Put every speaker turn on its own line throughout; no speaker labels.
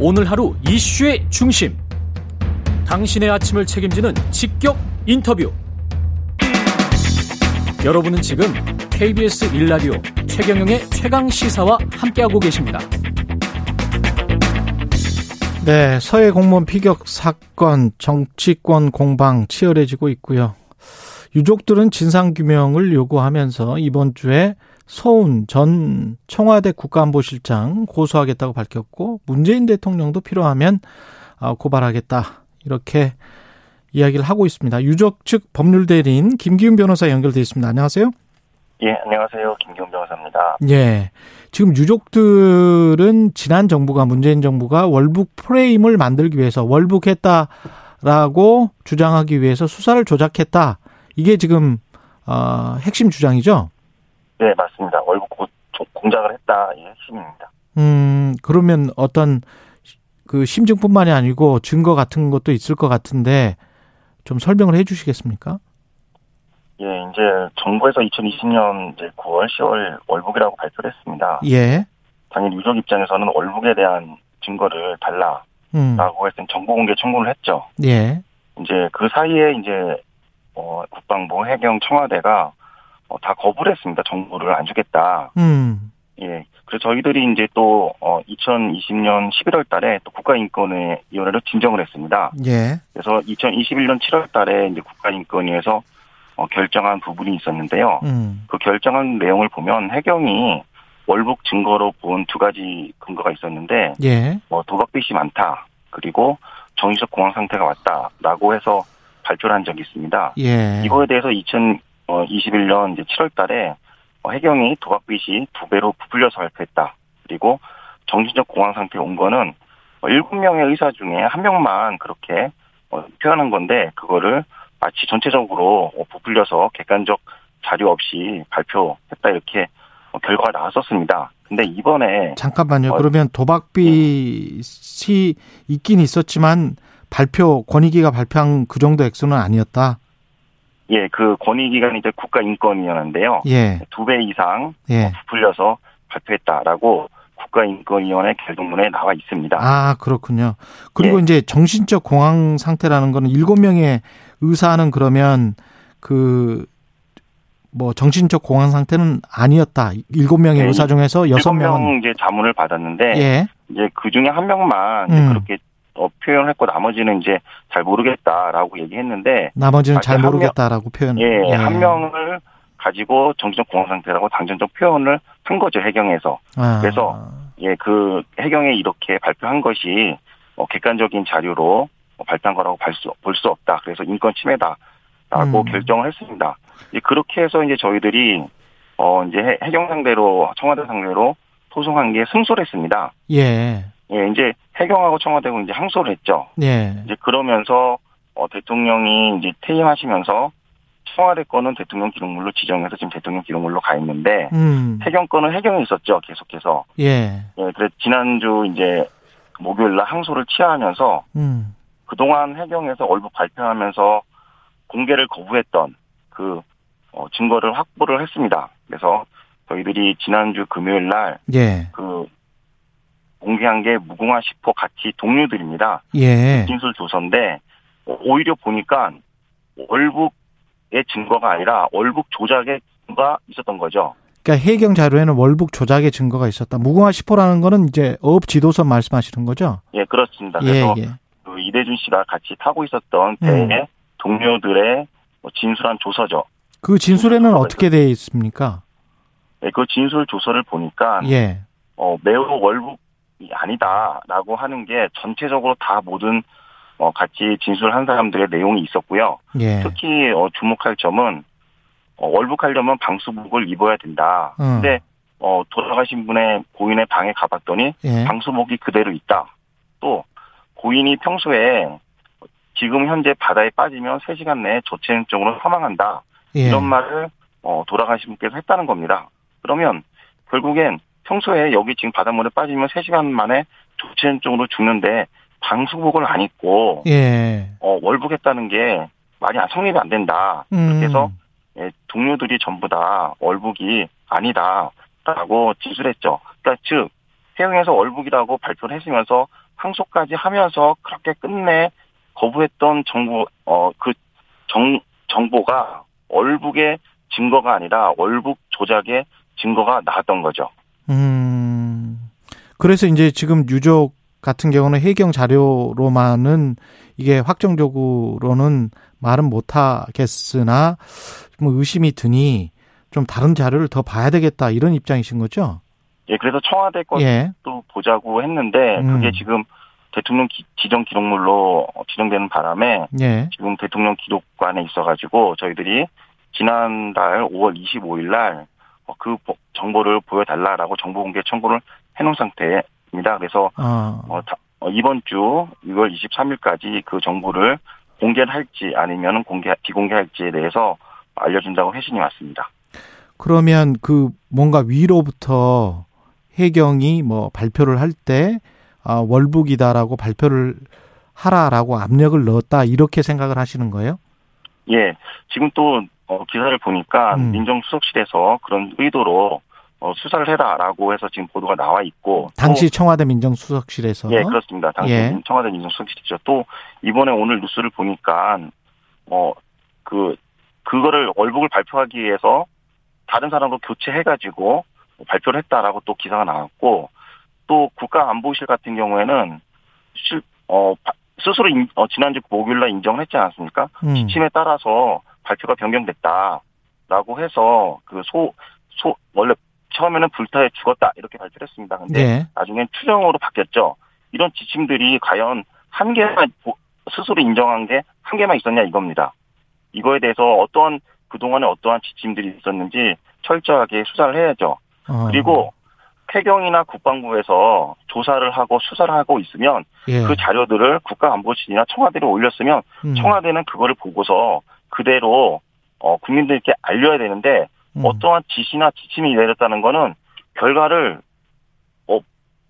오늘 하루 이슈의 중심. 당신의 아침을 책임지는 직격 인터뷰. 여러분은 지금 KBS 1라디오 최경영의 최강 시사와 함께하고 계십니다.
네, 서해 공무원 피격 사건 정치권 공방 치열해지고 있고요. 유족들은 진상 규명을 요구하면서 이번 주에 서훈 전 청와대 국가안보실장 고소하겠다고 밝혔고 문재인 대통령도 필요하면 아, 고발하겠다 이렇게 이야기를 하고 있습니다. 유족 측 법률 대리인 김기훈 변호사 연결돼 있습니다. 안녕하세요.
예, 안녕하세요. 김기훈 변호사입니다.
예. 지금 유족들은 지난 정부가 문재인 정부가 월북 프레임을 만들기 위해서 월북했다라고 주장하기 위해서 수사를 조작했다. 이게 지금 어, 핵심 주장이죠.
네, 맞습니다. 월북 고, 공작을 했다. 예, 이 핵심입니다.
음, 그러면 어떤 그 심증뿐만이 아니고 증거 같은 것도 있을 것 같은데 좀 설명을 해 주시겠습니까?
예, 이제 정부에서 2020년 이제 9월, 10월 월북이라고 발표를 했습니다.
예.
당연히 유족 입장에서는 월북에 대한 증거를 달라라고
음.
했을 땐 정보 공개 청구를 했죠.
예.
이제 그 사이에 이제 어, 국방부, 해경, 청와대가 어, 다 거부를 했습니다. 정부를 안 주겠다.
음.
예. 그래서 저희들이 이제 또 어, 2020년 11월 달에 또 국가인권위원회로 진정을 했습니다.
예.
그래서 2021년 7월 달에 이제 국가인권위에서 어, 결정한 부분이 있었는데요.
음.
그 결정한 내용을 보면 해경이 월북 증거로 본 두 가지 근거가 있었는데
예.
뭐 도박빚이 많다 그리고 정신적 공황 상태가 왔다라고 해서 발표를 한 적이 있습니다.
예.
이거에 대해서 2021년 이제 7월 달에 어, 해경이 도박빚이 두 배로 부풀려서 발표했다. 그리고 정신적 공황 상태에 온 거는 어, 7명의 의사 중에 한 명만 그렇게 어, 표현한 건데 그거를 마치 전체적으로 어, 부풀려서 객관적 자료 없이 발표했다 이렇게 어, 결과가 나왔었습니다. 근데 이번에
잠깐만요.
어, 네.
그러면 도박빚이 있긴 있었지만 발표 권익위가 발표한 그 정도 액수는 아니었다.
예 그 권위기관이 이제 국가인권위원회인데요.
예.
두 배 이상
예.
부풀려서 발표했다라고 국가인권위원회 결동문에 나와 있습니다.
아, 그렇군요.
네.
그리고 이제 정신적 공황 상태라는 거는 일곱 명의 의사는 그러면 그 뭐 정신적 공황 상태는 아니었다. 일곱 명의
네,
의사 중에서 여섯
일곱
명은
명 이제 자문을 받았는데
예.
이제 그 중에 한 명만 이제
음.
그렇게 어, 표현했고 나머지는 이제 잘 모르겠다라고 얘기했는데
나머지는
아,
잘
한 명-
모르겠다라고 표현을.
예 한 명을 가지고 정신적 공황 상태라고 당전적 표현을 한 거죠 해경에서
아,
그래서 예 그 해경에 이렇게 발표한 것이 어, 객관적인 자료로 어, 발표한 거라고 볼 수 없다 그래서 인권 침해다라고
음.
결정을 했습니다 이제 그렇게 해서 이제 저희들이 어 이제 해- 해경 상대로 청와대 상대로 소송한 게 승소를 했습니다.
예.
예, 이제 해경하고 청와대고 이제 항소를 했죠.
예.
이제 그러면서 어, 대통령이 이제 퇴임하시면서 청와대 건은 대통령 기록물로 지정해서 지금 대통령 기록물로 가 있는데
음.
해경 건은 해경에 있었죠. 계속해서.
예.
예, 그래 지난주 이제 목요일 날 항소를 취하하면서
음.
그동안 해경에서 월북 발표하면서 공개를 거부했던 그 어, 증거를 확보를 했습니다. 그래서 저희들이 지난주 금요일 날
예.
그 공개한 게 무궁화 10호 같이 동료들입니다.
예.
진술 조서인데 오히려 보니까 월북의 증거가 아니라 월북 조작의 증거가 있었던 거죠.
그러니까 해경 자료에는 월북 조작의 증거가 있었다. 무궁화 10호라는 거는 이제 어업 지도서 말씀하시는 거죠?
예, 그렇습니다.
예,
그래서
예.
그 이대준 씨가 같이 타고 있었던 배에
음.
동료들의 뭐 진술한 조서죠.
그 진술에는 어떻게 되어 있습니까?
예, 그 진술 조서를 보니까
예.
어, 매우 월북이 아니다라고 하는 게 전체적으로 다 모든 어, 같이 진술한 사람들의 내용이 있었고요.
예.
특히 어, 주목할 점은 어, 월북하려면 방수복을 입어야 된다.
음.
근데 어, 돌아가신 분의 고인의 방에 가봤더니
예.
방수복이 그대로 있다. 또 고인이 평소에 지금 현재 바다에 빠지면 3시간 내에 저체온증으로 사망한다.
예.
이런 말을 어, 돌아가신 분께서 했다는 겁니다. 그러면 결국엔 평소에 여기 지금 바닷물에 빠지면 3시간 만에 저체온증으로 죽는데 방수복을 안 입고
예.
어, 월북했다는 게 말이 안- 성립이 안 된다.
음.
그래서 예, 동료들이 전부 다 월북이 아니다라고 진술했죠. 그러니까 즉 해경에서 월북이라고 발표를 했으면서 항소까지 하면서 그렇게 끝내 거부했던 정부 어 그 정 정보가 월북의 증거가 아니라 월북 조작의 증거가 나왔던 거죠.
음. 그래서 이제 지금 유족 같은 경우는 해경 자료로만은 이게 확정적으로는 말은 못 하겠으나 뭐 의심이 드니 좀 다른 자료를 더 봐야 되겠다 이런 입장이신 거죠?
예, 그래서 청와대 것도
예.
보자고 했는데 그게
음.
지금 대통령 기- 지정 기록물로 어, 지정되는 바람에
예.
지금 대통령 기록관에 있어가지고 저희들이 지난달 5월 25일 날 그 정보를 보여달라라고 정보 공개 청구를 해놓은 상태입니다. 그래서
아.
어, 다- 어, 이번 주 6월 23일까지 그 정보를 공개를 할지 아니면 공개 비공개할지에 대해서 알려준다고 회신이 왔습니다.
그러면 그 뭔가 위로부터 해경이 뭐 발표를 할 때 아, 월북이다라고 발표를 하라라고 압력을 넣었다 이렇게 생각을 하시는 거예요?
예, 지금 또 어, 기사를 보니까
음.
민정수석실에서 그런 의도로 어, 수사를 해라라고 해서 지금 보도가 나와 있고 또
당시 청와대 민정수석실에서
어. 예, 그렇습니다. 당시
예.
청와대 민정수석실이죠. 또 이번에 오늘 뉴스를 보니까 어 그 그거를 월북을 발표하기 위해서 다른 사람으로 교체해가지고 발표를 했다라고 또 기사가 나왔고 또 국가안보실 같은 경우에는 실, 어 바- 스스로 인- 어, 지난주 목요일날 인정을 했지 않았습니까?
음.
지침에 따라서 발표가 변경됐다라고 해서 그 소 소 원래 처음에는 불타에 죽었다 이렇게 발표를 했습니다. 근데
예.
나중엔 투정으로 바뀌었죠. 이런 지침들이 과연 한 개만 보- 스스로 인정한 게 한 개만 있었냐 이겁니다. 이거에 대해서 어떠한 그동안에 어떠한 지침들이 있었는지 철저하게 수사를 해야죠.
어.
그리고 해경이나 국방부에서 조사를 하고 수사를 하고 있으면
예.
그 자료들을 국가안보실이나 청와대로 올렸으면
음.
청와대는 그거를 보고서 그대로 어, 국민들께 알려야 되는데
음.
어떠한 지시나 지침이 내렸다는 거는 결과를 어,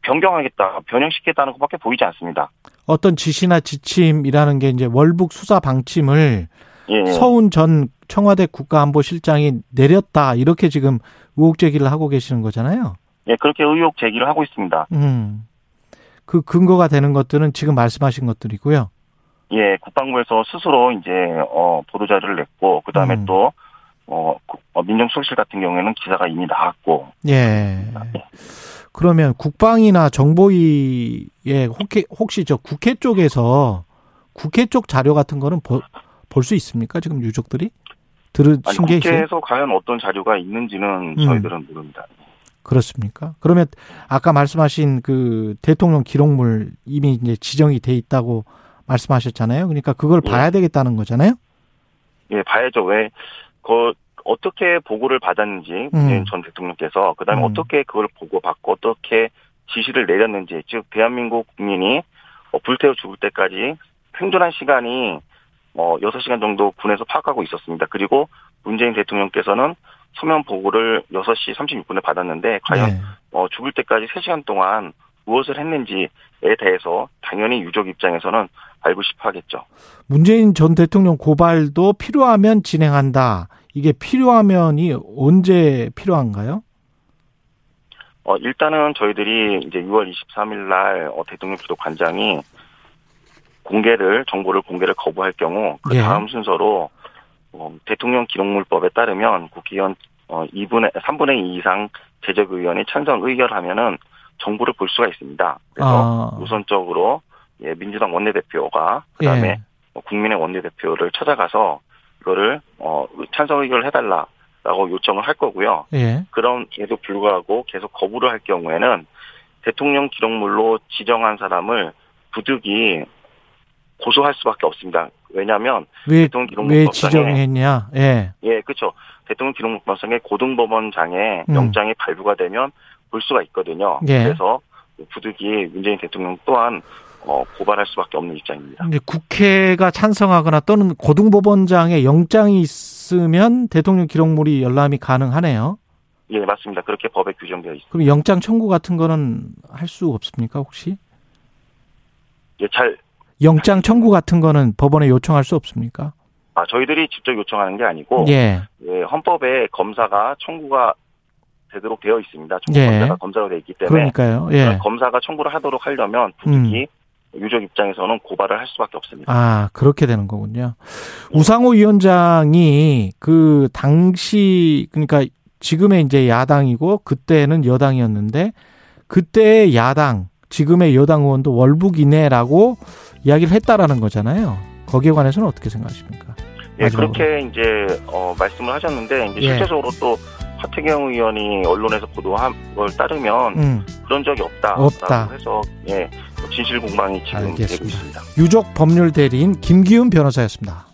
변경하겠다, 변형시키겠다는 것밖에 보이지 않습니다.
어떤 지시나 지침이라는 게 이제 월북 수사 방침을
예,
서훈 전 청와대 국가안보실장이 내렸다 이렇게 지금 의혹 제기를 하고 계시는 거잖아요.
예, 그렇게 의혹 제기를 하고 있습니다.
음. 그 근거가 되는 것들은 지금 말씀하신 것들이고요.
예, 국방부에서 스스로 이제 어, 보도자료를 냈고 그 다음에
음.
또 어, 구- 어, 민정수석실 같은 경우에는 기사가 이미 나왔고
예. 그러면 국방이나 정보위에 혹시, 혹시 저 국회 쪽에서 국회 쪽 자료 같은 거는 볼 수 있습니까? 지금 유족들이
아니,
들으신 게 있어요?
국회에서 과연 어떤 자료가 있는지는
음.
저희들은 모릅니다.
그렇습니까? 그러면 아까 말씀하신 그 대통령 기록물 이미 이제 지정이 돼 있다고 말씀하셨잖아요. 그러니까 그걸
예.
봐야 되겠다는 거잖아요.
예, 봐야죠. 왜, 그, 어떻게 보고를 받았는지,
음.
문재인 전 대통령께서, 그 다음에
음.
어떻게 그걸 보고받고, 어떻게 지시를 내렸는지, 즉, 대한민국 국민이 어, 불태워 죽을 때까지 생존한 시간이 어, 6시간 정도 군에서 파악하고 있었습니다. 그리고 문재인 대통령께서는 서면 보고를 6시 36분에 받았는데, 과연
네.
어, 죽을 때까지 3시간 동안 무엇을 했는지에 대해서 당연히 유족 입장에서는 알고 싶어 하겠죠.
문재인 전 대통령 고발도 필요하면 진행한다. 이게 필요하면이 언제 필요한가요?
어, 일단은 저희들이 이제 6월 23일 날 어, 대통령 기록관장이 공개를 정보를 공개를 거부할 경우 그
예.
다음 순서로 어, 대통령 기록물법에 따르면 국회의원 어, 2분의 3분의 2 이상 제적 의원이 찬성 의결하면은 정보를 볼 수가 있습니다. 그래서
아,
우선적으로 예, 민주당 원내대표가 그다음에
예.
어, 국민의 원내대표를 찾아가서 이거를 어, 찬성 의결을 해달라라고 요청을 할 거고요.
예.
그럼에도 불구하고 계속 거부를 할 경우에는 대통령 기록물로 지정한 사람을 부득이 고소할 수밖에 없습니다. 왜냐하면
왜,
대통령 기록물법상에
왜 지정했냐? 예.
예, 그렇죠. 대통령 기록물법상에 고등법원장에
음.
영장이 발부가 되면 볼 수가 있거든요.
예.
그래서 부득이 문재인 대통령 또한 어, 고발할 수밖에 없는 입장입니다.
이제 국회가 찬성하거나 또는 고등법원장의 영장이 있으면 대통령 기록물이 열람이 가능하네요.
예, 맞습니다. 그렇게 법에 규정되어 있습니다.
그럼 영장 청구 같은 거는 할 수 없습니까, 혹시?
예, 잘
영장 청구 같은 거는 법원에 요청할 수 없습니까?
아, 저희들이 직접 요청하는 게 아니고
예.
예, 헌법에 검사가 청구가 되도록 되어 있습니다. 전국 검사가
예.
검사로 되어 있기 때문에
그러니까요. 예. 음.
검사가 청구를 하도록 하려면 부득이 유족 입장에서는 고발을 할 수밖에 없습니다.
아, 그렇게 되는 거군요. 우상호 위원장이 그 당시 그러니까 지금의 이제 야당이고 그때는 여당이었는데 그때의 야당, 지금의 여당 의원도 월북이네라고 이야기를 했다라는 거잖아요. 거기에 관해서는 어떻게 생각하십니까?
예,
마지막으로.
그렇게 이제 어, 말씀을 하셨는데 이제
아, 예.
실제적으로 또 하태경 의원이 언론에서 보도한 걸 따르면
음.
그런 적이 없다라고
없다.
해서 예, 진실 공방이 지금 되고
알겠습니다.
있습니다.
유족 법률 대리인 김기훈 변호사였습니다.